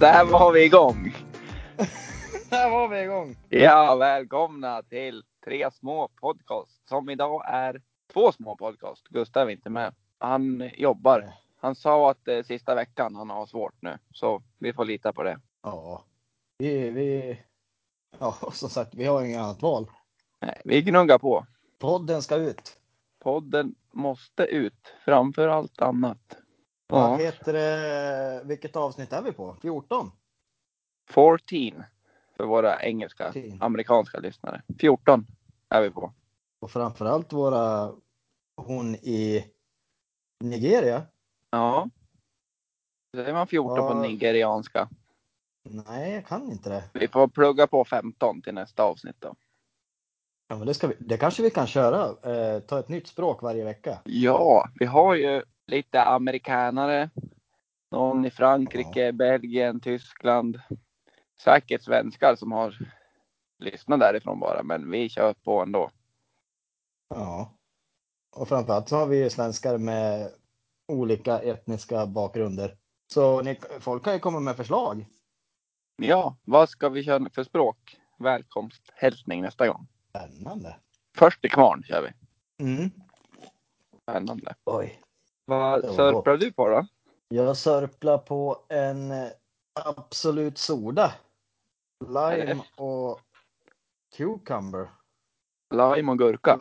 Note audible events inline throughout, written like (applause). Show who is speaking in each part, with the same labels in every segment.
Speaker 1: Där var vi igång!
Speaker 2: Där var vi igång!
Speaker 1: Ja, välkomna till Tre små podcast som idag är två små podcast. Gustav är inte med. Han jobbar. Han sa att eh, sista veckan han har svårt nu, så vi får lita på det.
Speaker 2: Ja, vi, vi, ja som sagt, vi har inget annat val.
Speaker 1: Nej, vi gnuggar på.
Speaker 2: Podden ska ut.
Speaker 1: Podden måste ut framför allt annat.
Speaker 2: Vad
Speaker 1: Ja,
Speaker 2: heter det? Vilket avsnitt är vi på? 14?
Speaker 1: 14 för våra engelska,
Speaker 2: 14.
Speaker 1: amerikanska lyssnare. 14 är vi på.
Speaker 2: Och framförallt våra, hon i Nigeria?
Speaker 1: Ja. Säger man 14 på
Speaker 2: Ja.
Speaker 1: nigerianska?
Speaker 2: Nej, jag kan inte det.
Speaker 1: Vi får plugga på 15 till nästa avsnitt då.
Speaker 2: Ja, men det, ska vi, det kanske vi kan köra, eh, ta ett nytt språk varje vecka.
Speaker 1: Ja, vi har ju lite amerikanare. Någon i Frankrike, Belgien, Tyskland. Säkert svenskar som har lyssnat därifrån bara, men vi kör på ändå.
Speaker 2: Ja. Och framförallt så har vi ju svenskar med olika etniska bakgrunder. Så ni, folk kan ju komma med förslag.
Speaker 1: Ja, vad ska vi köra för språk? Välkomsthälsning nästa gång.
Speaker 2: Spännande.
Speaker 1: Först till kvarn kör vi.
Speaker 2: Mm.
Speaker 1: Spännande.
Speaker 2: Oj. Det
Speaker 1: Vad
Speaker 2: var
Speaker 1: sörplar du på då?
Speaker 2: Jag sörplar på en eh, Absolut Soda. Lime och Cucumber.
Speaker 1: Lime och gurka?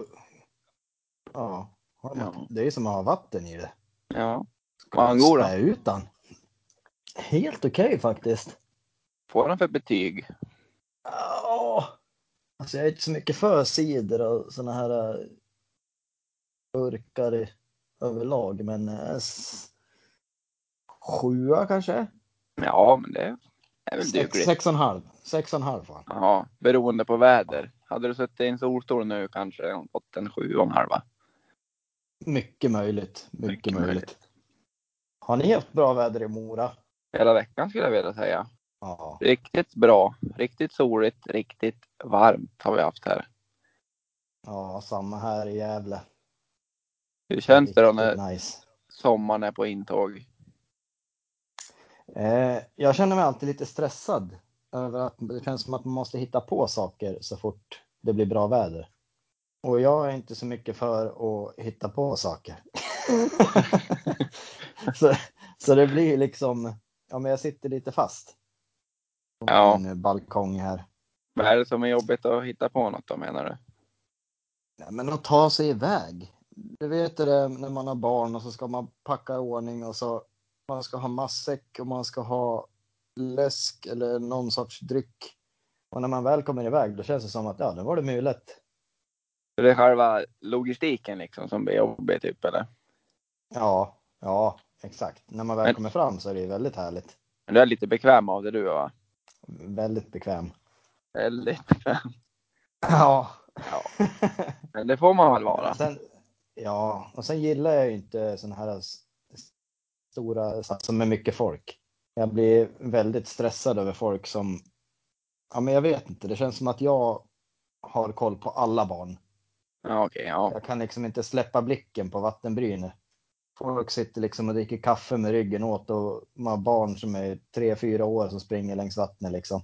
Speaker 2: Ja, har man,
Speaker 1: Ja.
Speaker 2: det är ju som att ha vatten i det.
Speaker 1: Ja. Var han god då?
Speaker 2: Spä ut den. Helt okej faktiskt.
Speaker 1: Får han för betyg?
Speaker 2: Oh. Alltså jag är inte så mycket för cider och såna här eh, burkar i- överlag, men eh, s- sjua kanske?
Speaker 1: Ja, men det är väl
Speaker 2: Sex,
Speaker 1: dugligt.
Speaker 2: sex och en halv. Sex och en halv fan.
Speaker 1: Ja, beroende på väder. Hade du suttit i en solstol nu kanske jag fått en sju och en halva.
Speaker 2: Mycket möjligt. Mycket,
Speaker 1: Mycket
Speaker 2: möjligt.
Speaker 1: möjligt.
Speaker 2: Har ni haft bra väder i Mora?
Speaker 1: Hela veckan skulle jag vilja säga.
Speaker 2: Ja.
Speaker 1: Riktigt bra, riktigt soligt, riktigt varmt har vi haft här.
Speaker 2: Ja, samma här i Gävle.
Speaker 1: Hur känns det då när
Speaker 2: Riktigt Nice.
Speaker 1: sommaren är på intåg?
Speaker 2: Eh, jag känner mig alltid lite stressad över att det känns som att man måste hitta på saker så fort det blir bra väder. Och jag är inte så mycket för att hitta på
Speaker 1: (laughs)
Speaker 2: saker. så, så det blir liksom, ja men jag sitter lite fast. På
Speaker 1: Ja.
Speaker 2: min balkong här.
Speaker 1: Vad är det som är jobbigt att hitta på något då menar du?
Speaker 2: Nej, men att ta sig iväg. Du vet det där när man har barn och så ska man packa i ordning och så man ska ha matsäck och man ska ha läsk eller någon sorts dryck. Och när man väl kommer iväg då känns det som att ja, det var det mulet.
Speaker 1: Så Det är själva logistiken liksom som blir jobbig typ eller?
Speaker 2: Ja, ja, exakt. När man väl
Speaker 1: Men-
Speaker 2: kommer fram så är det ju väldigt härligt.
Speaker 1: Men du är lite bekväm av det du va?
Speaker 2: Väldigt bekväm.
Speaker 1: Väldigt bekväm.
Speaker 2: Ja.
Speaker 1: Ja.
Speaker 2: (laughs)
Speaker 1: Men det får man väl vara.
Speaker 2: Sen, ja, och sen gillar jag ju inte sådana här s- stora satser med mycket folk. Jag blir väldigt stressad över folk som, ja men jag vet inte, det känns som att jag har koll på alla barn.
Speaker 1: Ja, okej, ja.
Speaker 2: Jag kan liksom inte släppa blicken på vattenbrynet. Folk sitter liksom och dricker kaffe med ryggen åt och man har barn som är tre, fyra år som springer längs vattnet liksom.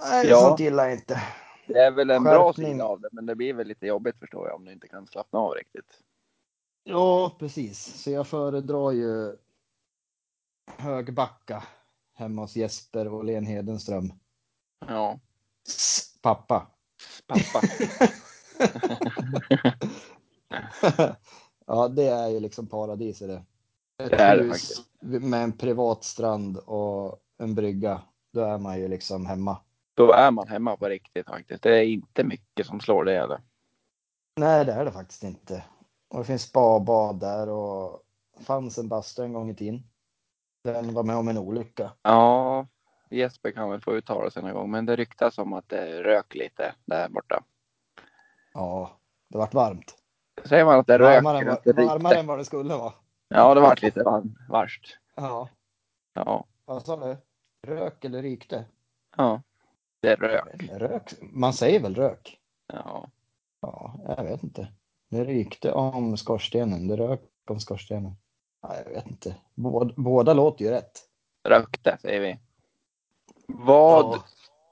Speaker 2: Nej,
Speaker 1: Ja.
Speaker 2: sånt gillar jag inte.
Speaker 1: Det är väl en bra
Speaker 2: Skärpning.
Speaker 1: sida av det, men det blir väl lite jobbigt förstår jag om du inte kan slappna av riktigt.
Speaker 2: Ja, precis. Så jag föredrar ju Högbacka hemma hos Jesper och Len Hedenström.
Speaker 1: Ja,
Speaker 2: S- Pappa. (laughs)
Speaker 1: pappa.
Speaker 2: ja, det är ju liksom paradis i det. Ett
Speaker 1: Det är det
Speaker 2: hus med en privat strand och en brygga. Då är man ju liksom hemma.
Speaker 1: (laughs) Då är man hemma på riktigt faktiskt. Det är inte mycket som slår det eller?
Speaker 2: Nej, det är det faktiskt inte. Och det finns spa och bad där och det fanns en bastu en gång i tiden. Den var med om en olycka.
Speaker 1: Ja, Jesper kan väl få uttala sig någon gång, men det ryktas om att det rök lite där borta.
Speaker 2: Ja, det vart varmt.
Speaker 1: Säger man att det rök?
Speaker 2: Varmare, än
Speaker 1: eller att
Speaker 2: vad-
Speaker 1: det
Speaker 2: varmare
Speaker 1: rykte?
Speaker 2: än vad det skulle vara.
Speaker 1: Ja, det var lite var- varst.
Speaker 2: Ja.
Speaker 1: Ja,
Speaker 2: Vad sa du? Rök eller rykte?
Speaker 1: ja. Det rök.
Speaker 2: Rök? Man säger väl rök?
Speaker 1: Ja.
Speaker 2: Ja, jag vet inte. Det rykte om skorstenen, det rök om skorstenen. Ja, jag vet inte. Båda, båda låter ju rätt.
Speaker 1: Rökte säger vi. Vad
Speaker 2: Ja.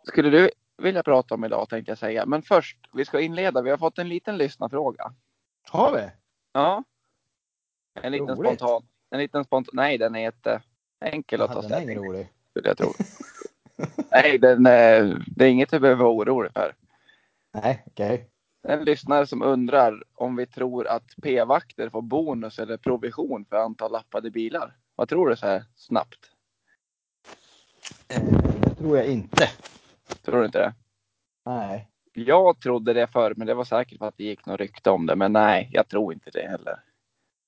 Speaker 1: skulle du vilja prata om idag tänkte jag säga. Men först, vi ska inleda. Vi har fått en liten lyssnarfråga.
Speaker 2: Har vi?
Speaker 1: Ja. En liten
Speaker 2: Roligt.
Speaker 1: spontan. En liten spontan. Nej, den är jätteenkel att
Speaker 2: Ja,
Speaker 1: ta
Speaker 2: den är
Speaker 1: ställning
Speaker 2: ingen rolig.
Speaker 1: till.
Speaker 2: (laughs)
Speaker 1: Jag tror. Nej, den, eh, det är inget du behöver vara orolig för.
Speaker 2: Nej, okej.
Speaker 1: En lyssnare som undrar om vi tror att p-vakter får bonus eller provision för antal lappade bilar. Vad tror du så här snabbt?
Speaker 2: Eh, det tror jag inte.
Speaker 1: Tror du inte det?
Speaker 2: Nej.
Speaker 1: Jag trodde det förr, men det var säkert för att det gick något rykte om det. Men nej, jag tror inte det heller.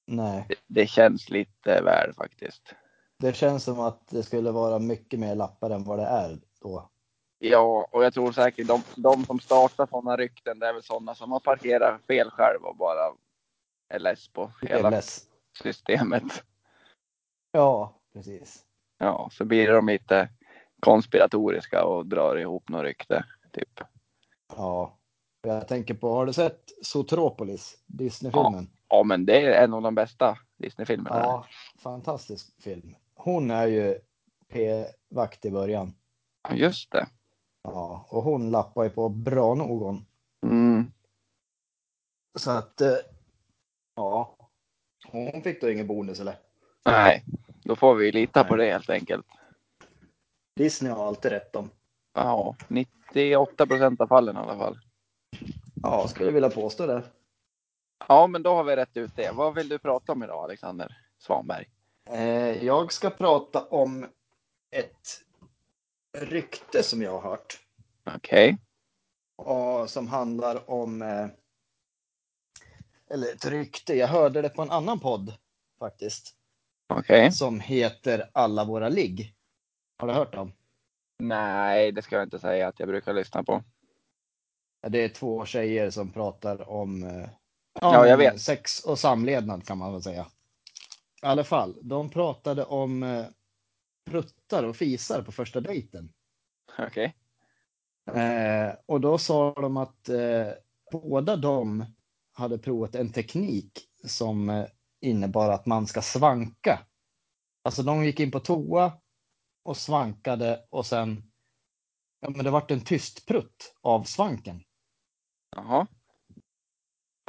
Speaker 2: Nej.
Speaker 1: Det, det känns lite väl faktiskt.
Speaker 2: Det känns som att det skulle vara mycket mer lappar än vad det är då.
Speaker 1: Ja, och jag tror säkert de, de som startar sådana rykten, det är väl sådana som har parkerat fel själv och bara är less på hela
Speaker 2: LS.
Speaker 1: systemet.
Speaker 2: Ja, precis.
Speaker 1: Ja, så blir de lite konspiratoriska och drar ihop något rykte. Typ.
Speaker 2: Ja. Jag tänker på, har du sett Zootropolis? Disney-filmen?
Speaker 1: Ja, men det är en av de bästa Disney-filmerna.
Speaker 2: Ja, fantastisk film. Hon är ju p-vakt i början.
Speaker 1: Ja, just det.
Speaker 2: Ja, och hon lappar ju på bra någon.
Speaker 1: Mm.
Speaker 2: Så att, eh, ja. Hon fick då ingen bonus eller?
Speaker 1: Nej, då får vi lita på det helt enkelt.
Speaker 2: Disney har alltid rätt om.
Speaker 1: Ja, 98 procent av fallen i alla fall.
Speaker 2: Ja, skulle vilja påstå det.
Speaker 1: Ja, men då har vi rätt ut det. Vad vill du prata om idag, Alexander Svanberg?
Speaker 2: Eh, jag ska prata om ett rykte som jag har hört.
Speaker 1: Okej.
Speaker 2: Och som handlar om... Eh, eller ett rykte, jag hörde det på en annan podd faktiskt.
Speaker 1: Okej.
Speaker 2: Som heter Alla våra ligg. Har du hört dem?
Speaker 1: Nej, det ska jag inte säga att jag brukar lyssna på. (laughs)
Speaker 2: Ja, Det är två tjejer som pratar om eh,
Speaker 1: Ja, jag vet.
Speaker 2: sex och samlevnad kan man väl säga. I alla fall, de pratade om eh, pruttar och fisar på första dejten.
Speaker 1: Okej.
Speaker 2: Eh, och då sa de att eh, båda de hade provat en teknik som eh, innebar att man ska svanka. Alltså de gick in på toa och svankade och sen, ja men det vart en tyst prutt av svanken.
Speaker 1: Jaha.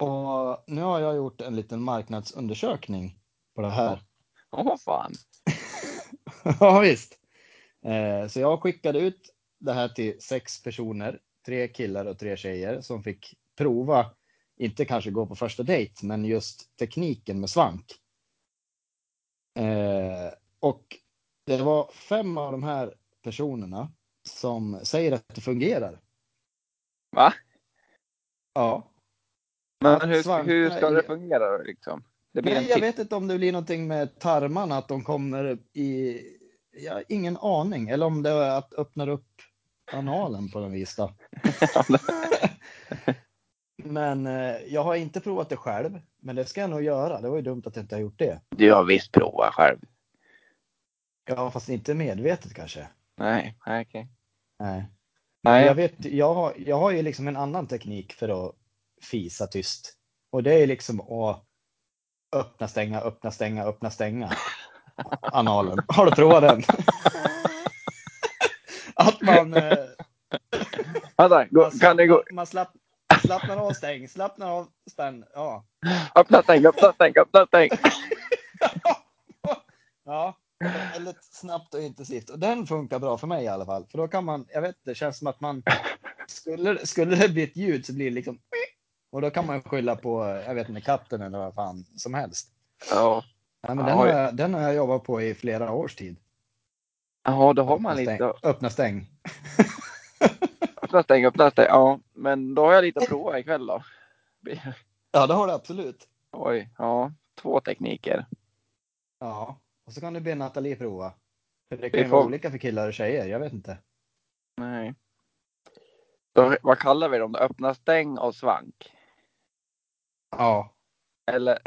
Speaker 2: Och nu har jag gjort en liten marknadsundersökning på det här.
Speaker 1: Åh fan.
Speaker 2: (laughs) ja visst. Eh, så jag skickade ut det här till sex personer, tre killar och tre tjejer som fick prova, inte kanske gå på första dejt, men just tekniken med svank. Eh, och det var fem av de här personerna som säger att det fungerar.
Speaker 1: Va?
Speaker 2: Ja,
Speaker 1: Men
Speaker 2: Att
Speaker 1: hur,
Speaker 2: svankarna
Speaker 1: hur ska
Speaker 2: är-
Speaker 1: det fungera då, liksom? Det blir en
Speaker 2: Nej, jag
Speaker 1: titt.
Speaker 2: vet inte om det blir någonting med tarmarna, att de kommer i... Jag har ingen aning. Eller om det är att öppnar upp analen på något vis. Då. (laughs) men eh, jag har inte provat det själv. Men det ska jag nog göra. Det var ju dumt att jag inte har gjort det.
Speaker 1: Du har visst provat själv.
Speaker 2: Ja, fast inte medvetet kanske.
Speaker 1: Nej, nej, okej.
Speaker 2: Nej. Men jag,
Speaker 1: Nej,
Speaker 2: vet, jag, har, jag har ju liksom en annan teknik för att fisa tyst. Och det är liksom att öppna, stänga, öppna, stänga, öppna, stänga. (laughs) Analen. Har du provat den? (laughs) Att man, eh,
Speaker 1: vänta. Gå,
Speaker 2: man,
Speaker 1: kan du gå?
Speaker 2: slapp- man slapp, slappnar av, stäng, slappnar av, spänn. Ja.
Speaker 1: Öppna stäng, öppna stäng, öppna stäng.
Speaker 2: ja. Väldigt snabbt och intensivt. Och den funkar bra för mig i alla fall. För då kan man, jag vet inte, det känns som att man skulle, skulle det bli ett ljud så blir det liksom och då kan man skylla på, jag vet inte, katten eller vad fan som helst.
Speaker 1: Ja.
Speaker 2: Ja, men
Speaker 1: Ja,
Speaker 2: den, har
Speaker 1: oj.
Speaker 2: jag, den har jag jobbat på i flera års tid.
Speaker 1: Ja, då har
Speaker 2: Öppna
Speaker 1: man lite.
Speaker 2: stäng. Öppna stäng.
Speaker 1: Öppna stäng, öppna stäng. Ja, men då har jag lite att prova ikväll då.
Speaker 2: Ja, det har du absolut.
Speaker 1: Oj, ja. Två tekniker.
Speaker 2: Ja, och så kan du be Nathalie prova. För det kan ju
Speaker 1: får-
Speaker 2: vara olika för killar och tjejer, jag vet inte.
Speaker 1: Nej. Då, vad kallar vi dem då? Öppna stäng och svank?
Speaker 2: Ja, (laughs)
Speaker 1: Eller?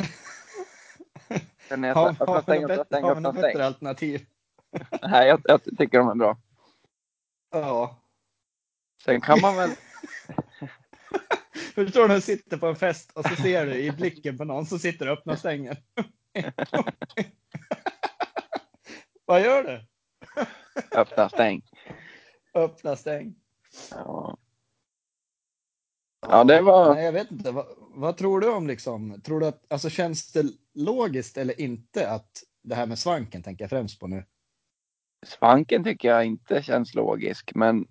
Speaker 1: Kan jag
Speaker 2: har,
Speaker 1: säga öppna
Speaker 2: har vi
Speaker 1: stäng,
Speaker 2: något
Speaker 1: öppna
Speaker 2: bättre, har
Speaker 1: stäng,
Speaker 2: vi
Speaker 1: öppna
Speaker 2: något
Speaker 1: stäng?
Speaker 2: bättre alternativ?
Speaker 1: Nej, jag, jag tycker de är bra.
Speaker 2: Ja.
Speaker 1: Sen kan
Speaker 2: (laughs)
Speaker 1: man väl,
Speaker 2: Förstår du när du sitter på en fest och så ser du i blicken på någon som sitter och öppnar stängen. (laughs) Vad gör du?
Speaker 1: öppna stäng.
Speaker 2: Öppna, stäng.
Speaker 1: Ja. Ja, det var-
Speaker 2: Nej, jag vet inte. Vad, vad tror du om liksom? Tror du att, alltså känns det logiskt eller inte att det här med svanken tänker jag främst på nu.
Speaker 1: Svanken tycker jag inte känns logisk, men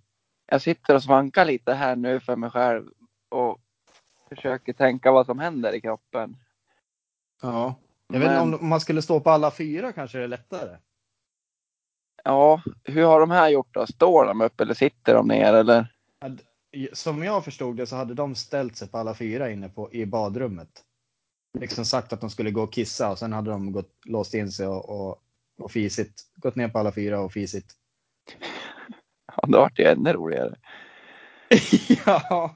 Speaker 1: jag sitter och svankar lite här nu för mig själv och försöker tänka vad som händer i kroppen.
Speaker 2: Ja. Jag vet inte om, om man skulle stå på alla fyra kanske det är lättare.
Speaker 1: Ja, hur har de här gjort då? Står de upp eller sitter de ner eller?
Speaker 2: Som jag förstod det så hade de ställt sig på alla fyra inne på, i badrummet. Liksom sagt att de skulle gå och kissa och sen hade de gått, låst in sig och, och, och fisit. Gått ner på alla fyra och fisit.
Speaker 1: Ja, då vart det ju ännu roligare.
Speaker 2: ja.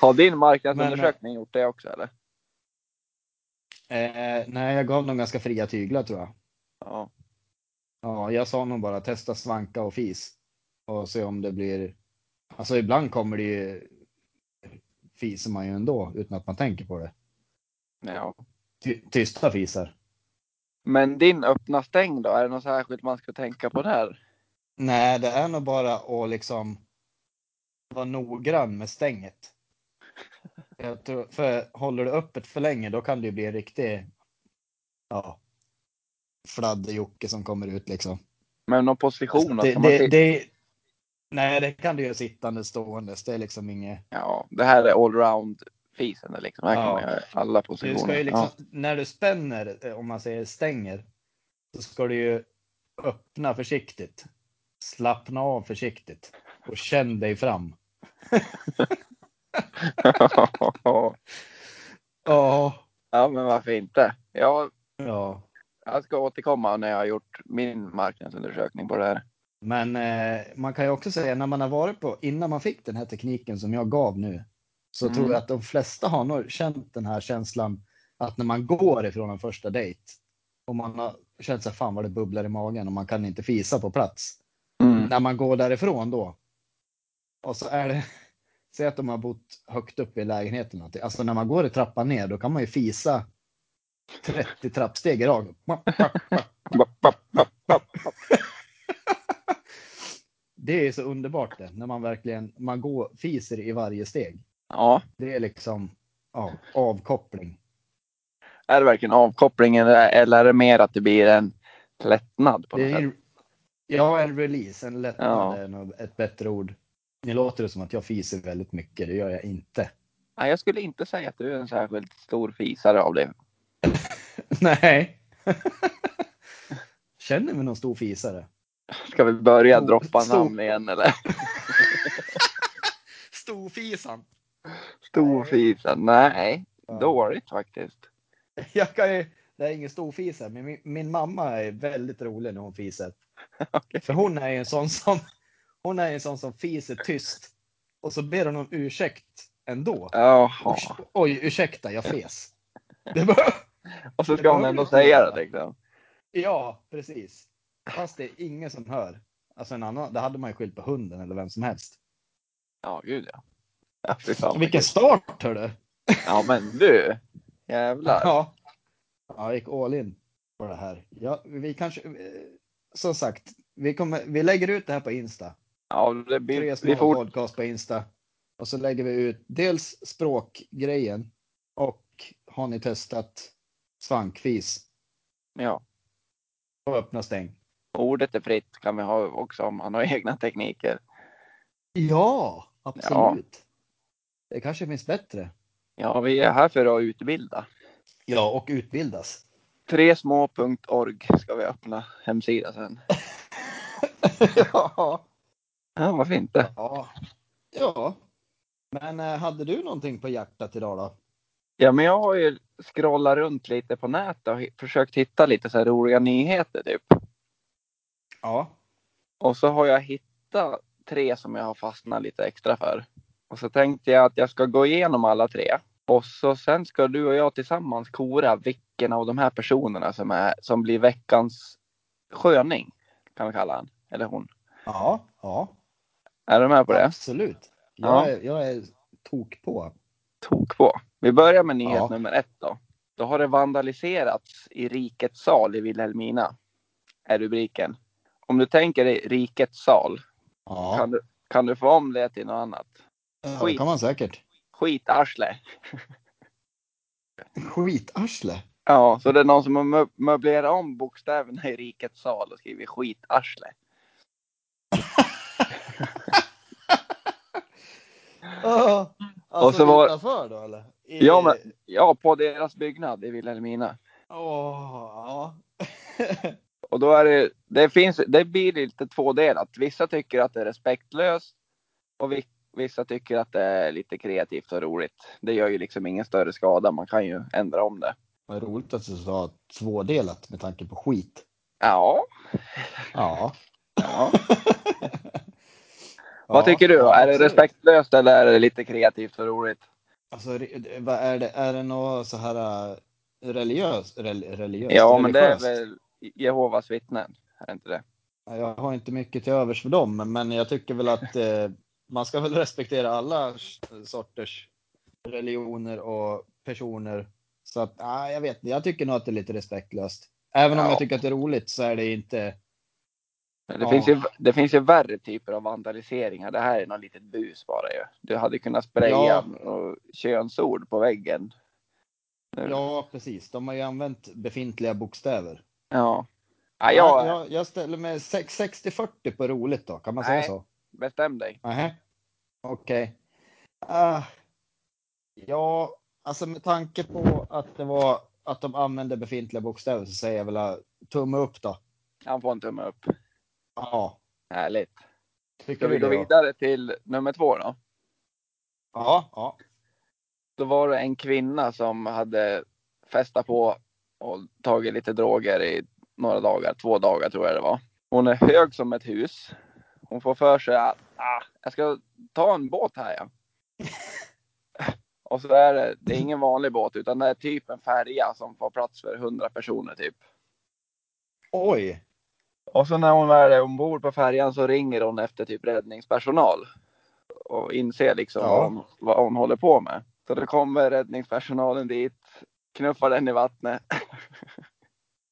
Speaker 1: Har din marknadsundersökning gjort det också eller?
Speaker 2: Eh, nej, jag gav dem ganska fria tyglar tror jag.
Speaker 1: Ja.
Speaker 2: Ja, jag sa nog bara testa svanka och fis och se om det blir. Alltså ibland kommer det ju. Fiser man ju ändå utan att man tänker på det.
Speaker 1: ja.
Speaker 2: Ty, tysta fisar.
Speaker 1: Men din öppna stäng då? Är det något särskilt man ska tänka på där?
Speaker 2: Nej, det är nog bara att liksom. Vara noggrann med stänget. Jag tror, för håller du öppet för länge, då kan det ju bli en riktig. Ja. Fladderjocke som kommer ut liksom. Alltså,
Speaker 1: Men någon position?
Speaker 2: det,
Speaker 1: att man
Speaker 2: det,
Speaker 1: sitter-
Speaker 2: det, nej, det kan du göra sittande, ståendes. Det är liksom inget.
Speaker 1: Ja, det här är allround fisen liksom. Här kan
Speaker 2: Ja.
Speaker 1: man göra alla
Speaker 2: Du
Speaker 1: positioner.
Speaker 2: ska ju liksom,
Speaker 1: ja.
Speaker 2: När du spänner, eh, om man säger stänger, så ska du ju öppna försiktigt. Slappna av försiktigt och känn dig fram. Ja.
Speaker 1: (laughs) ja, men varför inte? Jag,
Speaker 2: ja.
Speaker 1: jag ska återkomma när jag har gjort min marknadsundersökning på det här.
Speaker 2: Men eh, man kan ju också säga när man har varit på, innan man fick den här tekniken som jag gav nu, så
Speaker 1: Mm.
Speaker 2: tror jag att de flesta har nog känt den här känslan att när man går ifrån en första dejt och man har känt sig fan vad det bubblar i magen och man kan inte fisa på plats.
Speaker 1: Mm.
Speaker 2: När man går därifrån då. Och så är det, (laughs) säg att de har bott högt upp i lägenheten. någonting. Alltså när man går i trappan ner då kan man ju fisa 30 trappsteg i rad. Det är så underbart det, när man verkligen man går, fiser i varje steg.
Speaker 1: Ja,
Speaker 2: Det är liksom ja, avkoppling.
Speaker 1: är det verkligen avkopplingen eller eller är det mer att det blir en lättnad på något
Speaker 2: Det är
Speaker 1: sätt?
Speaker 2: en, ja, en release, en lättnad
Speaker 1: Ja.
Speaker 2: är nog ett bättre ord. Nu låter det som att jag fiser väldigt mycket, det gör jag inte. (laughs)
Speaker 1: Nej, jag skulle inte säga att du är en särskilt stor fisare av det. (laughs)
Speaker 2: Nej. Känner mig någon stor fisare?
Speaker 1: Ska vi börja
Speaker 2: Oh,
Speaker 1: droppa
Speaker 2: stor.
Speaker 1: namn igen eller?
Speaker 2: Storfisan.
Speaker 1: Storfisen? Nej,
Speaker 2: Ja.
Speaker 1: dåligt faktiskt.
Speaker 2: (laughs) Jag kan ju, det är ingen storfisare, men min, min mamma är väldigt rolig när hon fiser.
Speaker 1: Okej.
Speaker 2: För hon är ju en sån som, hon är ju en sån som fiser tyst. Och så ber hon om ursäkt ändå.
Speaker 1: Jaha.
Speaker 2: Usch- Oj, ursäkta, jag fes. Det var,
Speaker 1: Och så ska
Speaker 2: Det
Speaker 1: hon
Speaker 2: var
Speaker 1: ändå
Speaker 2: lite
Speaker 1: säga
Speaker 2: jävla-
Speaker 1: det liksom.
Speaker 2: (laughs) ja, precis. Fast det är ingen som hör. Alltså en annan, det hade man ju skyllt på hunden eller vem som helst.
Speaker 1: Ja, gud ja. ja fy fan, vad
Speaker 2: Vilken
Speaker 1: kul.
Speaker 2: start hördu!
Speaker 1: Ja, men du. Jävlar.
Speaker 2: Ja. ja, jag gick all in på det här. Ja, vi kanske, eh, som sagt, vi, kommer, vi lägger ut det här på Insta.
Speaker 1: Ja, det
Speaker 2: Tre
Speaker 1: blir,
Speaker 2: små
Speaker 1: vi fort,
Speaker 2: podcast på Insta. Och så lägger vi ut dels språkgrejen och har ni testat svankfis
Speaker 1: ja,
Speaker 2: och öppna stäng?
Speaker 1: ordet är fritt kan vi ha också om han har (laughs) egna tekniker.
Speaker 2: Ja, absolut. Det kanske finns bättre.
Speaker 1: Ja, vi är här för att utbilda.
Speaker 2: Ja, och utbildas.
Speaker 1: Tresmå.org ska vi öppna hemsida sen.
Speaker 2: (laughs) ja.
Speaker 1: Ja, varför inte?
Speaker 2: ja. Ja. Men eh, hade du någonting på hjärtat idag då?
Speaker 1: Ja, men jag har ju scrollat runt lite på nätet och hi- försökt hitta lite så här roliga nyheter typ.
Speaker 2: Ja.
Speaker 1: Och så har jag hittat tre som jag har fastnat lite extra för. Och så tänkte jag att jag ska gå igenom alla tre. Och så sen ska du och jag tillsammans kora vilken av de här personerna som, är, som blir veckans sköning. Kan vi kalla han. Eller hon.
Speaker 2: Ja. Ja.
Speaker 1: Är du med på det?
Speaker 2: Absolut.
Speaker 1: Ja.
Speaker 2: Jag, är, jag är tok på.
Speaker 1: Tok på. Vi börjar med nyhet
Speaker 2: Ja.
Speaker 1: nummer ett då. Då har det vandaliserats i Rikets sal i Vilhelmina. Är rubriken. Om du tänker dig rikets sal,
Speaker 2: Ja,
Speaker 1: kan, du, kan du få om det till något annat?
Speaker 2: ja det kan man säkert.
Speaker 1: Skitarsle.
Speaker 2: Skitarsle.
Speaker 1: Ja, så det är någon som har mö- möblerat om bokstäverna i rikets sal och skrivit skitarsle.
Speaker 2: Ja, alltså
Speaker 1: Och så var-
Speaker 2: utanför då eller? I...
Speaker 1: Ja, men- Ja, på deras byggnad i Vilhelmina.
Speaker 2: Åh, ja.
Speaker 1: Och då är det, det finns, det blir lite tvådelat. Vissa tycker att det är respektlöst och vi, vissa tycker att det är lite kreativt och roligt. Det gör ju liksom ingen större skada. Man kan ju ändra om det.
Speaker 2: Vad roligt att du sa tvådelat med tanke på skit.
Speaker 1: Ja,
Speaker 2: Ja.
Speaker 1: ja.
Speaker 2: Ja,
Speaker 1: vad tycker du? då?
Speaker 2: ja,
Speaker 1: är det
Speaker 2: absolut.
Speaker 1: respektlöst eller är det lite kreativt och roligt?
Speaker 2: Alltså, re- vad är det, är det något så här äh, religiös, rel, religiöst?
Speaker 1: Ja, men det är
Speaker 2: religiöst?
Speaker 1: väl Jehovas vittnen. Är det inte det?
Speaker 2: Jag har inte mycket till övers för dem, men jag tycker väl att eh, man ska väl respektera alla sorters religioner och personer. Så att, ah, jag vet jag tycker nog att det är lite respektlöst. Även om
Speaker 1: Ja.
Speaker 2: jag tycker att det är roligt så är det inte,
Speaker 1: Men Det,
Speaker 2: Ja.
Speaker 1: finns ju, det finns ju värre typer av vandaliseringar. Det här är något litet bus bara ju. Du hade kunnat
Speaker 2: Ja.
Speaker 1: spraya och könsord på väggen. Mm.
Speaker 2: ja precis, de har ju använt befintliga bokstäver.
Speaker 1: Ja. ja, jag,
Speaker 2: jag, jag ställer mig sex- 60-40 på roligt då, kan man säga
Speaker 1: Nej.
Speaker 2: så?
Speaker 1: Bestäm dig.
Speaker 2: Nähä. Okej. Ah. ja, alltså med tanke på att det var att de använde befintliga bokstäver så säger jag väl ah, tumme upp då.
Speaker 1: Han får en tumme upp.
Speaker 2: Ja,
Speaker 1: Härligt. Ska
Speaker 2: tycker
Speaker 1: vi
Speaker 2: vi
Speaker 1: gå
Speaker 2: det. då?
Speaker 1: vidare till nummer två då?
Speaker 2: Ja, ja.
Speaker 1: Då var det en kvinna som hade festat på och tagit lite droger i några dagar, två dagar tror jag det var. Hon är hög som ett hus. Hon får för sig att ah, jag ska ta en båt här ja. Och så är det, det är ingen vanlig båt utan det är typ en färja som får plats för 100 personer typ.
Speaker 2: Oj,
Speaker 1: Och så när hon väl är ombord på färjan så ringer hon efter typ räddningspersonal. Och inser liksom
Speaker 2: Ja.
Speaker 1: vad, hon, vad hon håller på med. Så då kommer räddningspersonalen dit, knuffar den i vattnet.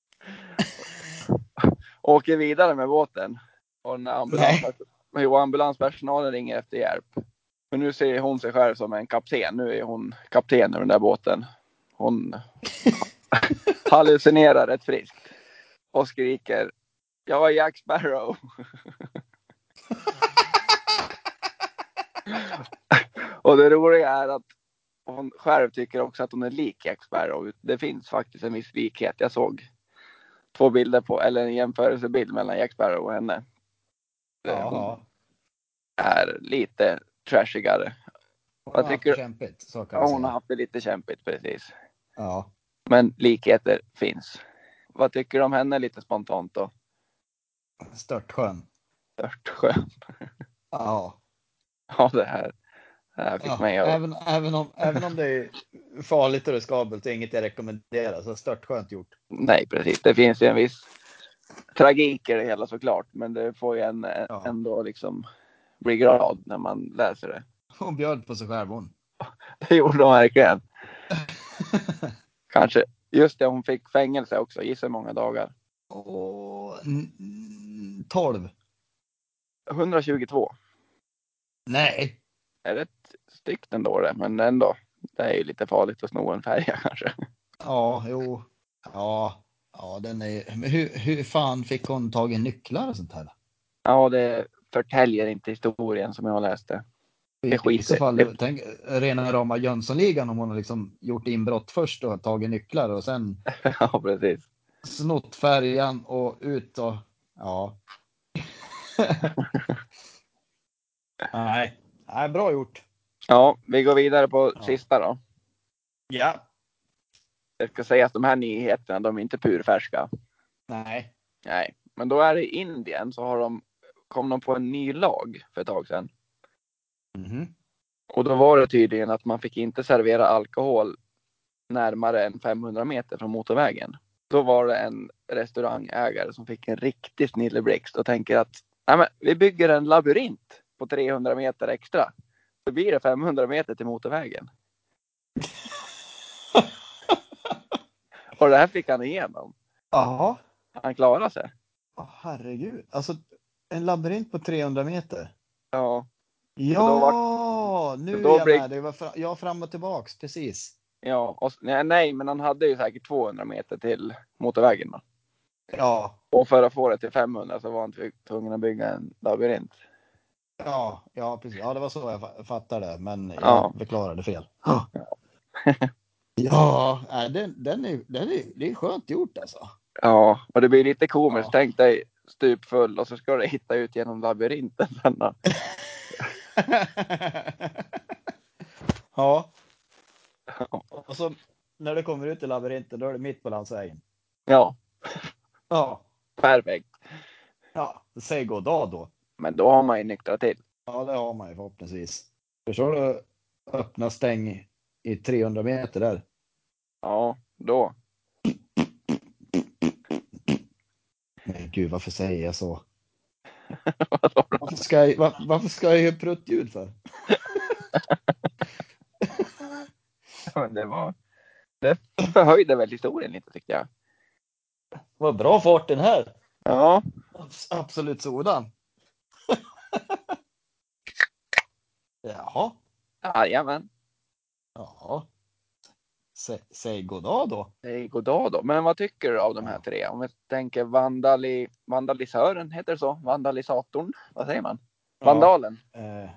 Speaker 1: (laughs) Åker vidare med båten. Och när ambulans, jo, ambulanspersonalen ringer efter hjälp. Men nu ser hon sig själv som en kapten. Nu är hon kapten över den där båten. Hon hallucinerar rätt friskt. Och skriker jag är Jack Sparrow. och det roliga är att hon själv tycker också att hon är lik Jack Sparrow. Det finns faktiskt en viss likhet. Jag såg två bilder på, eller en jämförelsebild mellan Jack Sparrow och henne. Eh,
Speaker 2: ja,
Speaker 1: Hon
Speaker 2: ja.
Speaker 1: är lite trashigare.
Speaker 2: Hon
Speaker 1: Vad
Speaker 2: har haft
Speaker 1: tycker
Speaker 2: det
Speaker 1: du?
Speaker 2: kämpigt. Så kan
Speaker 1: Ja,
Speaker 2: man
Speaker 1: hon har
Speaker 2: säga.
Speaker 1: haft det lite kämpigt precis.
Speaker 2: Ja.
Speaker 1: Men likheter finns. Vad tycker du om henne lite spontant då?
Speaker 2: Störtskön.
Speaker 1: Örtskön.
Speaker 2: Ja.
Speaker 1: Ja, det här, det här fick
Speaker 2: ja.
Speaker 1: mig att
Speaker 2: Även, även, om, även om det är farligt och riskabelt och inget jag rekommenderar så störtskönt gjort.
Speaker 1: Nej, precis. Det finns ju en viss tragik i det hela såklart, men det får ju en eh,
Speaker 2: Ja.
Speaker 1: ändå liksom bli glad när man läser det. (laughs)
Speaker 2: Hon bjöd på sig själv hon. (laughs)
Speaker 1: Det gjorde hon verkligen. Kanske. Just det, hon fick fängelse också. Gissa hur många dagar?
Speaker 2: Och, n- n- 12.
Speaker 1: 122.
Speaker 2: Nej.
Speaker 1: Det är rätt styggt ändå det, men ändå. Det är ju lite farligt att sno en färja (laughs) kanske.
Speaker 2: Ja, jo. Ja, ja den är Men hur, hur fan fick hon tag i nycklar och sånt här?
Speaker 1: Ja, det förtäljer inte historien som jag läste. (laughs) Det
Speaker 2: I så
Speaker 1: skiter
Speaker 2: fall, tänk rena rama Jönssonligan om hon har liksom gjort inbrott först och tagit nycklar och sen
Speaker 1: Ja, precis.
Speaker 2: snott färjan och ut och ja. (laughs) Nej. Nej, bra gjort.
Speaker 1: Ja, vi går vidare på
Speaker 2: Ja.
Speaker 1: sista då.
Speaker 2: Ja.
Speaker 1: Jag ska säga att de här nyheterna, de är inte purfärska.
Speaker 2: Nej.
Speaker 1: Nej, men då är det i Indien så har de, kom de på en ny lag för ett tag sedan.
Speaker 2: Mhm.
Speaker 1: Och då var det tydligen att man fick inte servera alkohol närmare än 500 meter från motorvägen. Då var det en restaurangägare som fick en riktig snilleblixt och tänker att Nej, men vi bygger en labyrint på 300 meter extra. Då blir det 500 meter till motorvägen. och det här fick han igenom.
Speaker 2: Ja.
Speaker 1: Han klarade sig.
Speaker 2: Åh, herregud. Alltså, en labyrint på 300 meter.
Speaker 1: Ja,
Speaker 2: Ja, nu
Speaker 1: då
Speaker 2: är jag
Speaker 1: blir-
Speaker 2: med. Det var fra, ja, fram och tillbaks, precis.
Speaker 1: ja och, s- nej, nej, men han hade ju säkert 200 meter till motorvägen. Då.
Speaker 2: Ja,
Speaker 1: Och för att få det till 500 så var han tv- tvungen att bygga en labyrint.
Speaker 2: ja, ja, precis. Ja, det var så jag fa- fattade, men jag
Speaker 1: Ja.
Speaker 2: förklarade fel. Ja,
Speaker 1: (laughs)
Speaker 2: ja nej, den, den är, den är, det är skönt gjort alltså. (laughs)
Speaker 1: Ja, och det blir lite komiskt.
Speaker 2: Ja.
Speaker 1: Tänk dig stupfull och så ska du hitta ut genom labyrinten (laughs) sen då.
Speaker 2: ja. Och så när du kommer ut i labyrinten, då är det mitt på landsvägen.
Speaker 1: Ja,
Speaker 2: Ja,
Speaker 1: perfekt.
Speaker 2: ja. säg god dag då.
Speaker 1: Men då har man ju nyktrat till.
Speaker 2: Ja, det har man ju förhoppningsvis. Förstår du? Öppna stäng i 300 meter där.
Speaker 1: Ja, då.
Speaker 2: Men gud, varför säger jag så?
Speaker 1: Vadå då?
Speaker 2: Varför ska jag, var, varför ska jag göra pruttljud för?
Speaker 1: Men det var... Det förhöjde väl historien lite tycker jag.
Speaker 2: Vad bra fart den här.
Speaker 1: Ja,
Speaker 2: Abs- Absolut sådan. (laughs) Jaha.
Speaker 1: jajamän.
Speaker 2: Ja. Sä, säg god dag då.
Speaker 1: Det är god dag då. Men vad tycker du av de här tre? Om jag tänker vandali... vandalisören, heter det så? Vandalisatorn? Vad säger man? Vandalen?
Speaker 2: Ja, eh,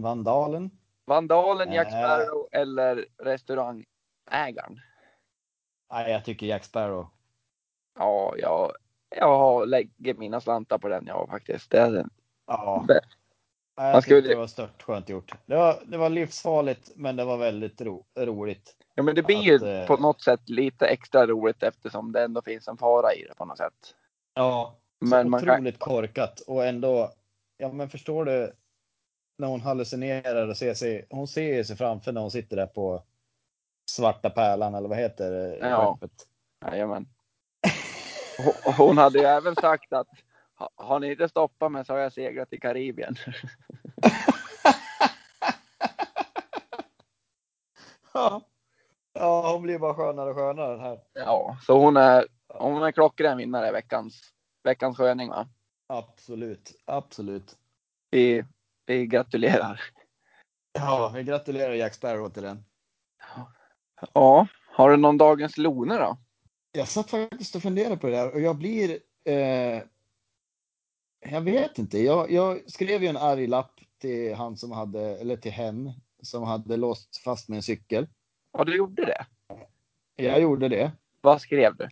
Speaker 2: vandalen.
Speaker 1: Vandalen, Jack
Speaker 2: Äh.
Speaker 1: Sparrow eller restaurangägaren?
Speaker 2: Nej, jag tycker Jack Sparrow.
Speaker 1: Ja, jag, jag lägger mina slantar på den jag faktiskt. Det är den.
Speaker 2: Ja.
Speaker 1: Det-
Speaker 2: Nej,
Speaker 1: Man
Speaker 2: jag
Speaker 1: skulle-
Speaker 2: tyckte det var stört skönt gjort. Det var, det var livsfarligt, men det var väldigt ro, roligt.
Speaker 1: Ja, men det blir
Speaker 2: Att,
Speaker 1: ju
Speaker 2: eh,
Speaker 1: på något sätt lite extra roligt eftersom det ändå finns en fara i det på något sätt.
Speaker 2: Ja,
Speaker 1: Men
Speaker 2: så
Speaker 1: man kan,
Speaker 2: otroligt korkat och ändå. Ja, men förstår du när hon hallucinerar och ser sig. Hon ser ju sig framför när hon sitter där på svarta pärlan eller vad heter det?
Speaker 1: Ja.
Speaker 2: skeppet. (laughs)
Speaker 1: jajamän. Hon- Hon hade ju även sagt att "Ha- har ni inte stoppat mig så har jag segrat i Karibien. (laughs)
Speaker 2: ja. ja, hon blir bara skönare och skönare den här.
Speaker 1: Ja, så hon är, hon är klockren vinnare i veckans, veckans sköning va?
Speaker 2: Absolut, absolut.
Speaker 1: Vi, vi gratulerar.
Speaker 2: Ja, vi gratulerar Jack Sparrow till den.
Speaker 1: Ja, har du någon dagens Lone då?
Speaker 2: Jag satt faktiskt och funderade på det där och jag blir... Eh, jag vet inte. Jag, jag skrev ju en arg lapp till han som hade, eller till hen som hade låst fast med en cykel.
Speaker 1: Ja, du gjorde det.
Speaker 2: Jag gjorde det.
Speaker 1: Vad skrev du?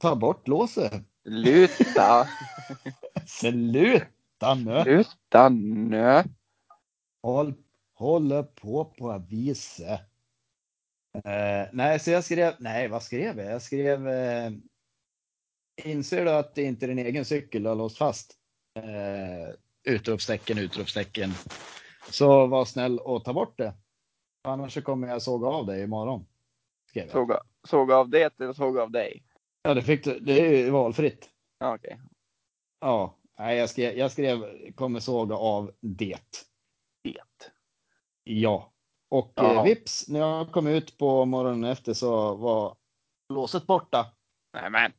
Speaker 2: Ta bort låset.
Speaker 1: Luta,
Speaker 2: Sluta nu!
Speaker 1: luta nu.
Speaker 2: Håll, håller på på viset. Eh, nej, så jag skrev, nej vad skrev jag? Jag skrev, eh, inser du att det inte är din egen cykel du har låst fast? Eh, utropstecken, utropstecken. Så var snäll och ta bort det. För Annars så kommer jag såga av dig imorgon. Skrev jag.
Speaker 1: Såg, såg av det eller såg av dig?
Speaker 2: Ja, det, fick du, det är ju valfritt.
Speaker 1: Ja, Okej.
Speaker 2: Ja, nej, jag skrev, jag skrev kommer såga av det.
Speaker 1: Det.
Speaker 2: Ja. Och
Speaker 1: Ja.
Speaker 2: Eh, vips, när jag kom ut på morgonen efter så var låset borta.
Speaker 1: Nej men,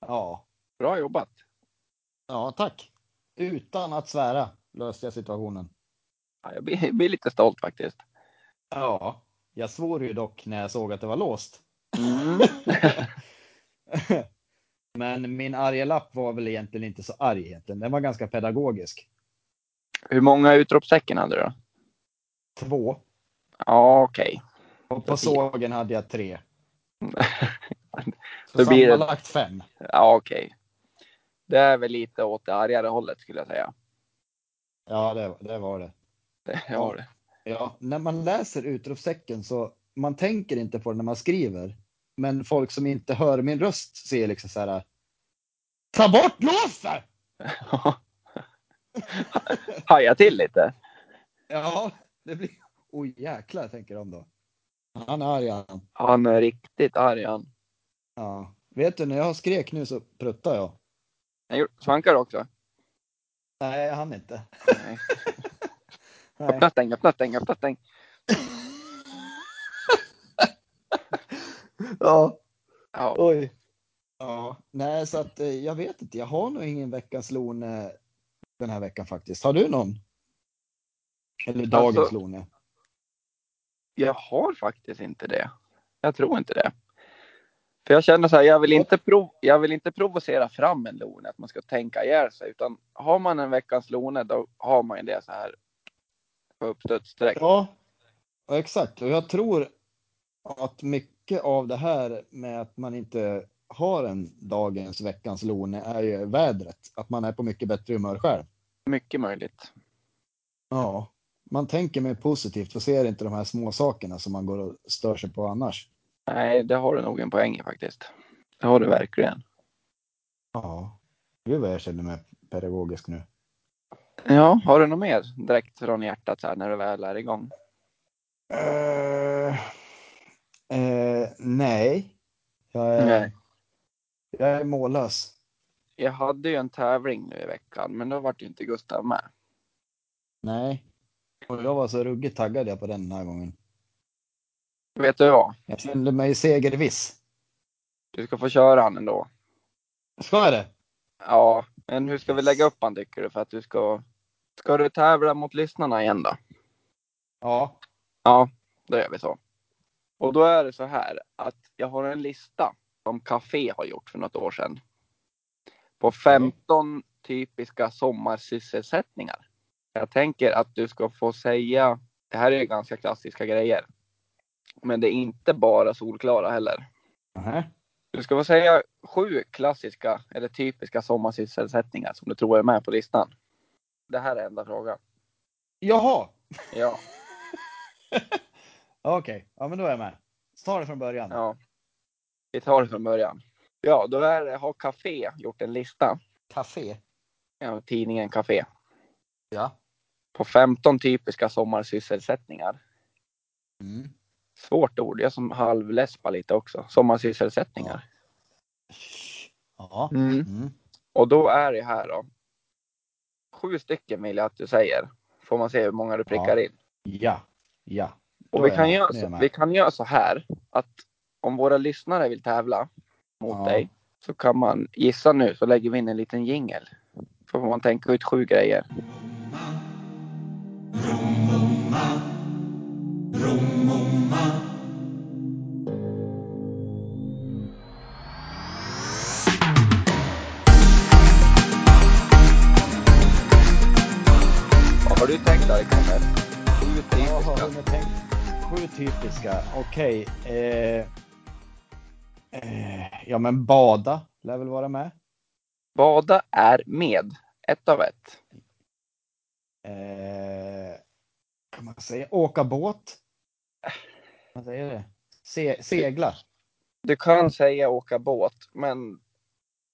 Speaker 2: Ja,
Speaker 1: bra jobbat.
Speaker 2: ja tack. Utan att svära löste jag situationen.
Speaker 1: Ja, jag blir, jag blir lite stolt faktiskt.
Speaker 2: Ja. Jag svor ju dock när jag såg att det var låst.
Speaker 1: Mm.
Speaker 2: Men min arga lapp var väl egentligen inte så arg egentligen. Den var ganska pedagogisk.
Speaker 1: Hur många utropstecken hade du då?
Speaker 2: Två.
Speaker 1: Ja, okej.
Speaker 2: Och på sågen hade jag
Speaker 1: (laughs)
Speaker 2: tre. Så
Speaker 1: Då blir det-
Speaker 2: sammanlagt fem.
Speaker 1: Ja, okej. Det är väl lite åt det argare hållet skulle jag säga.
Speaker 2: Ja, det, det var det.
Speaker 1: Det- Ja, (laughs) det.
Speaker 2: Ja, när man läser utropstecken så man tänker inte på det när man skriver. Men folk som inte hör min röst ser liksom så här. Ta bort låset!
Speaker 1: Haja till lite.
Speaker 2: Ja, det blir. Oj jäklar tänker de då. Han är arg han.
Speaker 1: Han är riktigt arg han.
Speaker 2: Ja. Vet du när jag skrek nu så pruttade jag.
Speaker 1: Jag gjorde- Svankar du också?
Speaker 2: Nej, jag hann inte.
Speaker 1: Nej.
Speaker 2: (laughs) Nej.
Speaker 1: Öppna stäng, öppna stäng, öppna stäng.
Speaker 2: Ja,
Speaker 1: Ja,
Speaker 2: oj. Ja, nej, så att eh, jag vet inte. Jag har nog ingen veckans Lone den här veckan faktiskt. Har du någon? Eller dagens
Speaker 1: Alltså-
Speaker 2: Lone?
Speaker 1: Jag har faktiskt inte det. Jag tror inte det. För jag känner så här, jag vill inte, prov, jag vill inte provocera fram en lone, att man ska tänka ihjäl sig. Utan har man en veckans lone, då har man ju det så här på uppstuds direkt.
Speaker 2: Ja, ja, exakt. Och jag tror att mycket av det här med att man inte har en dagens veckans Lone är ju vädret. Att man är på mycket bättre humör själv.
Speaker 1: Mycket möjligt.
Speaker 2: Ja, man tänker mer positivt och ser inte de här små sakerna som man går och stör sig på annars.
Speaker 1: Nej, det har du nog en poäng i faktiskt. Det har du verkligen.
Speaker 2: Ja, gud vad jag känner mig pedagogisk nu.
Speaker 1: Ja, har du något mer direkt från hjärtat så här när du väl är igång?
Speaker 2: Eh, eh, nej, jag är,
Speaker 1: Nej.
Speaker 2: jag är mållös.
Speaker 1: Jag hade ju en tävling nu i veckan, men då vart ju inte Gustav med.
Speaker 2: Nej, och jag var så ruggigt taggad jag på den här gången.
Speaker 1: Vet du vad?
Speaker 2: Jag kände mig segerviss.
Speaker 1: Du ska få köra han ändå.
Speaker 2: Ska jag det?
Speaker 1: Ja, men hur ska vi lägga upp han tycker du för att du ska... Ska du tävla mot lyssnarna igen då?
Speaker 2: Ja.
Speaker 1: Ja, då gör vi så. Och då är det så här att jag har en lista som Café har gjort för något år sedan. På 15 typiska sommarsysselsättningar. Jag tänker att du ska få säga, det här är ju ganska klassiska grejer. Men det är inte bara solklara heller.
Speaker 2: Nähä.
Speaker 1: Du ska få säga sju klassiska eller typiska sommarsysselsättningar som du tror är med på listan. Det här är enda frågan.
Speaker 2: Jaha, (laughs)
Speaker 1: Ja,
Speaker 2: okej. Ja, men då är jag med. Ta det från början.
Speaker 1: ja. Vi tar det från början. Ja, då är, det- har Café gjort en lista,
Speaker 2: Café.
Speaker 1: ja, tidningen Café,
Speaker 2: Ja.
Speaker 1: på 15 typiska sommarsysselsättningar.
Speaker 2: Mm.
Speaker 1: Svårt ord, jag som halvläspar lite också. Sommarsysselsättningar.
Speaker 2: Ja.
Speaker 1: Mm.
Speaker 2: Mm.
Speaker 1: Och då är det här då. Sju stycken vill jag att du säger. Får man se hur många du prickar in.
Speaker 2: Ja. Ja. Då
Speaker 1: Och vi
Speaker 2: är
Speaker 1: kan,
Speaker 2: jag-
Speaker 1: göra
Speaker 2: nu är
Speaker 1: så,
Speaker 2: jag med.
Speaker 1: vi kan göra så här att om våra lyssnare vill tävla mot
Speaker 2: Ja.
Speaker 1: dig så kan man gissa nu så lägger vi in en liten jingel. Så får man tänka ut sju grejer. Vad har du tänkt där Kristoffer? Sju
Speaker 2: Jag har
Speaker 1: typiska.
Speaker 2: hunnit tänkt sju typiska. Okej. Eh, eh, ja, men bada lär väl vara med.
Speaker 1: Bada är med. Ett av ett.
Speaker 2: Eh, kan man säga åka båt? Vad säger det? Se, segla.
Speaker 1: Du kan säga åka båt, men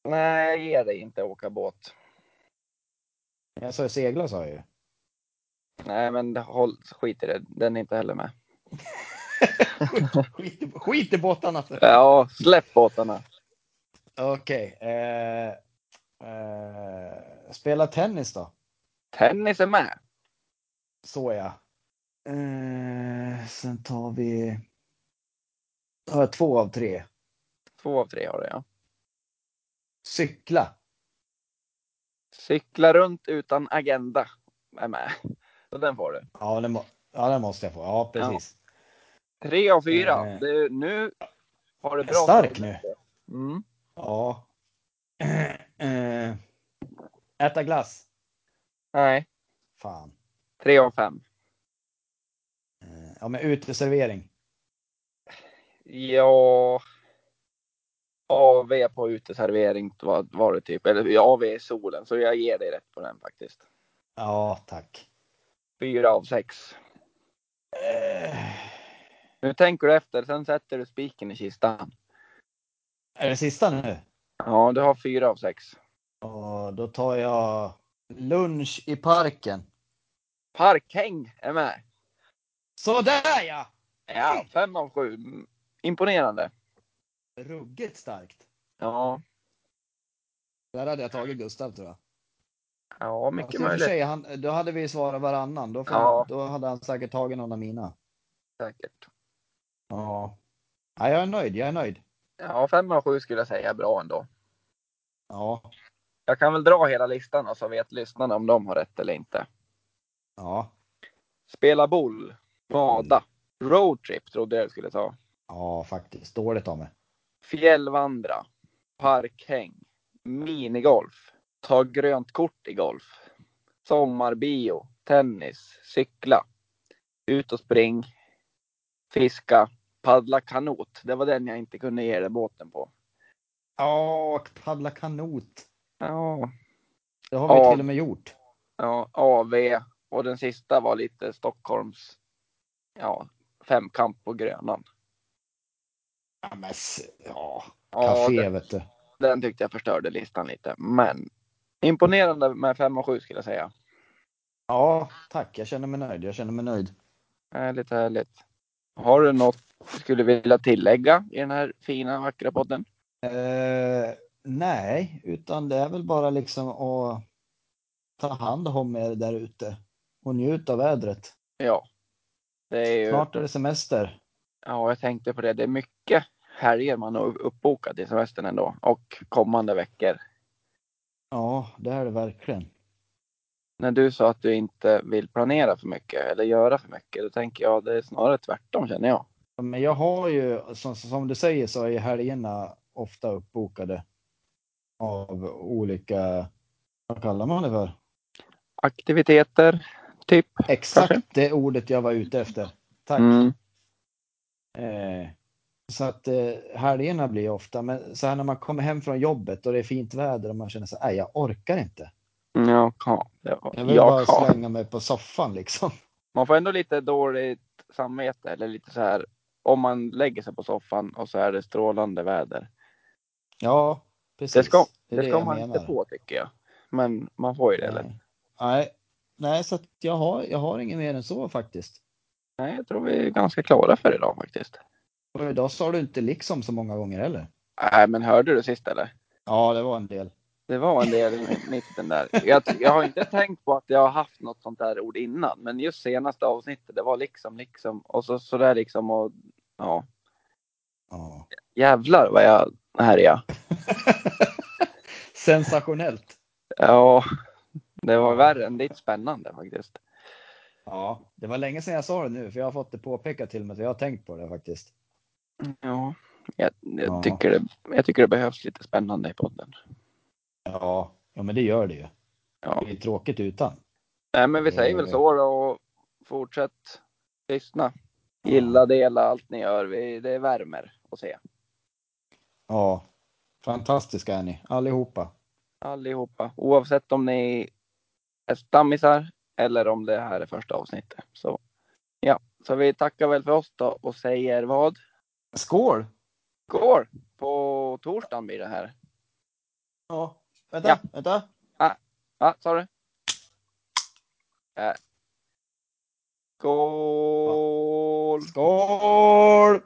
Speaker 1: nej, jag ger dig inte åka båt.
Speaker 2: Jag sa ju segla sa jag ju.
Speaker 1: Nej, men håll, skit i det. Den är inte heller med.
Speaker 2: Skit, i- skit i båtarna.
Speaker 1: Ja, släpp båtarna.
Speaker 2: Okej. Eh, eh, spela tennis då.
Speaker 1: Tennis är med.
Speaker 2: Så ja. Eh, sen tar vi. Har jag två av tre.
Speaker 1: Två av tre har det, ja.
Speaker 2: Cykla.
Speaker 1: Cykla runt utan agenda är med. Så den får du.
Speaker 2: Ja, den, må- ja, den måste jag få. Ja, precis.
Speaker 1: Tre av fyra.
Speaker 2: Eh.
Speaker 1: Du, nu har du
Speaker 2: Jag är
Speaker 1: bra.
Speaker 2: stark nu.
Speaker 1: Mm.
Speaker 2: Ja. (clears throat) Eh, äta glass.
Speaker 1: Nej,
Speaker 2: Fan.
Speaker 1: tre av fem.
Speaker 2: Eh, ja, men uteservering.
Speaker 1: Ja. AV på uteservering var, var det typ. Eller AV i solen, så jag ger dig rätt på den faktiskt.
Speaker 2: Ja, tack.
Speaker 1: Fyra av sex.
Speaker 2: Eh,
Speaker 1: Nu tänker du efter, sen sätter du spiken i kistan.
Speaker 2: är det sista nu?
Speaker 1: Ja, du har fyra av sex.
Speaker 2: Och då tar jag lunch i parken.
Speaker 1: Parkhäng är med.
Speaker 2: Sådär ja!
Speaker 1: Ja, fem av sju. Mm, Imponerande.
Speaker 2: Ruggigt starkt.
Speaker 1: Ja,
Speaker 2: Där hade jag tagit Gustav tror jag.
Speaker 1: ja
Speaker 2: Fast
Speaker 1: mycket
Speaker 2: i och för
Speaker 1: möjligt.
Speaker 2: sig, han, då hade vi svarat varannan. Då, får-
Speaker 1: Ja.
Speaker 2: då hade han säkert tagit någon av mina.
Speaker 1: Säkert.
Speaker 2: Ja. ja. Jag är nöjd, jag är nöjd.
Speaker 1: Ja, fem av sju skulle jag säga är bra ändå.
Speaker 2: Ja,
Speaker 1: Jag kan väl dra hela listan och så vet lyssnarna om de har rätt eller inte.
Speaker 2: ja,
Speaker 1: Spela boll, bada, roadtrip trodde jag skulle ta.
Speaker 2: ja faktiskt. Dåligt av mig.
Speaker 1: Fjällvandra, parkhäng, minigolf, ta grönt kort i golf, sommarbio, tennis, cykla, ut och spring, fiska, paddla kanot. Det var den jag inte kunde ge dig båten på.
Speaker 2: Ja, och paddla kanot.
Speaker 1: Ja,
Speaker 2: Det har vi
Speaker 1: Ja.
Speaker 2: till och med gjort.
Speaker 1: ja AV och den sista var lite Stockholms ja, femkamp på Grönan.
Speaker 2: Ja, men s- ja.
Speaker 1: Ja,
Speaker 2: Café
Speaker 1: den,
Speaker 2: vet du.
Speaker 1: den tyckte jag förstörde listan lite, men imponerande med 5 och 7 skulle jag säga.
Speaker 2: Ja, tack. Jag känner mig nöjd. Jag känner mig nöjd.
Speaker 1: Härligt, Eh, härligt. Har du något du skulle vilja tillägga i den här fina, vackra podden?
Speaker 2: Eh, nej, utan det är väl bara liksom att ta hand om er där ute och njuta av vädret.
Speaker 1: Ja. Det är ju,
Speaker 2: Snart är det semester.
Speaker 1: ja, jag tänkte på det. Det är mycket helger man har uppbokat i semestern ändå och kommande veckor.
Speaker 2: Ja, det är det verkligen.
Speaker 1: När du sa att du inte vill planera för mycket eller göra för mycket, då tänker jag det är snarare tvärtom känner jag.
Speaker 2: Men jag har ju, som, som du säger, så är ju helgerna ofta uppbokade av olika, vad kallar man det för?
Speaker 1: Aktiviteter, typ.
Speaker 2: Exakt
Speaker 1: Kanske.
Speaker 2: det ordet jag var ute efter. Tack.
Speaker 1: Mm.
Speaker 2: Eh, så att eh, helgerna blir ofta, men så här när man kommer hem från jobbet och det är fint väder och man känner så här, "Nej, jag orkar inte.
Speaker 1: Ja, ja, det var-
Speaker 2: Jag vill
Speaker 1: ja,
Speaker 2: bara
Speaker 1: ja.
Speaker 2: slänga mig på soffan liksom. (laughs)
Speaker 1: Man får ändå lite dåligt samvete eller lite så här om man lägger sig på soffan och så är det strålande väder.
Speaker 2: Ja, precis.
Speaker 1: Det ska,
Speaker 2: är
Speaker 1: det ska
Speaker 2: jag
Speaker 1: man inte
Speaker 2: menar.
Speaker 1: få tycker jag. Men man får ju det. Eller?
Speaker 2: Nej. Nej. Nej, så att jag har, jag har inget mer än så faktiskt.
Speaker 1: Nej, jag tror vi är ganska klara för idag faktiskt.
Speaker 2: Och idag sa du inte liksom så många gånger heller.
Speaker 1: Nej, men hörde du sist eller?
Speaker 2: Ja, det var en del.
Speaker 1: Det var en del i (laughs) mitten där. Jag, jag har inte tänkt på att jag har haft något sånt där ord innan, men just senaste avsnittet, det var liksom, liksom och så, så där liksom och ja,
Speaker 2: Ja. (laughs)
Speaker 1: jävlar vad jag härjade.
Speaker 2: Sensationellt.
Speaker 1: Ja, det var värre än ditt spännande faktiskt.
Speaker 2: Ja, det var länge sedan jag sa det nu, för jag har fått det påpekat till mig, så jag har tänkt på det faktiskt.
Speaker 1: Ja, jag, jag,
Speaker 2: Ja.
Speaker 1: Tycker det, jag tycker det behövs lite spännande i podden.
Speaker 2: Ja, ja men det gör det ju.
Speaker 1: Ja.
Speaker 2: Det är tråkigt utan.
Speaker 1: Nej, men vi
Speaker 2: Det-
Speaker 1: säger väl så då och fortsätt lyssna. Gilla, dela allt ni gör. Vi, det värmer att se
Speaker 2: Ja, fantastiska är ni allihopa.
Speaker 1: allihopa, oavsett om ni är stammisar eller om det här är första avsnittet. Så ja, så vi tackar väl för oss då och säger vad
Speaker 2: Skål!
Speaker 1: går på torsdagen blir det här.
Speaker 2: Ja, vänta,
Speaker 1: Ja.
Speaker 2: vänta.
Speaker 1: Ja, Ah, sa du? Äh. Skål!
Speaker 2: Skål!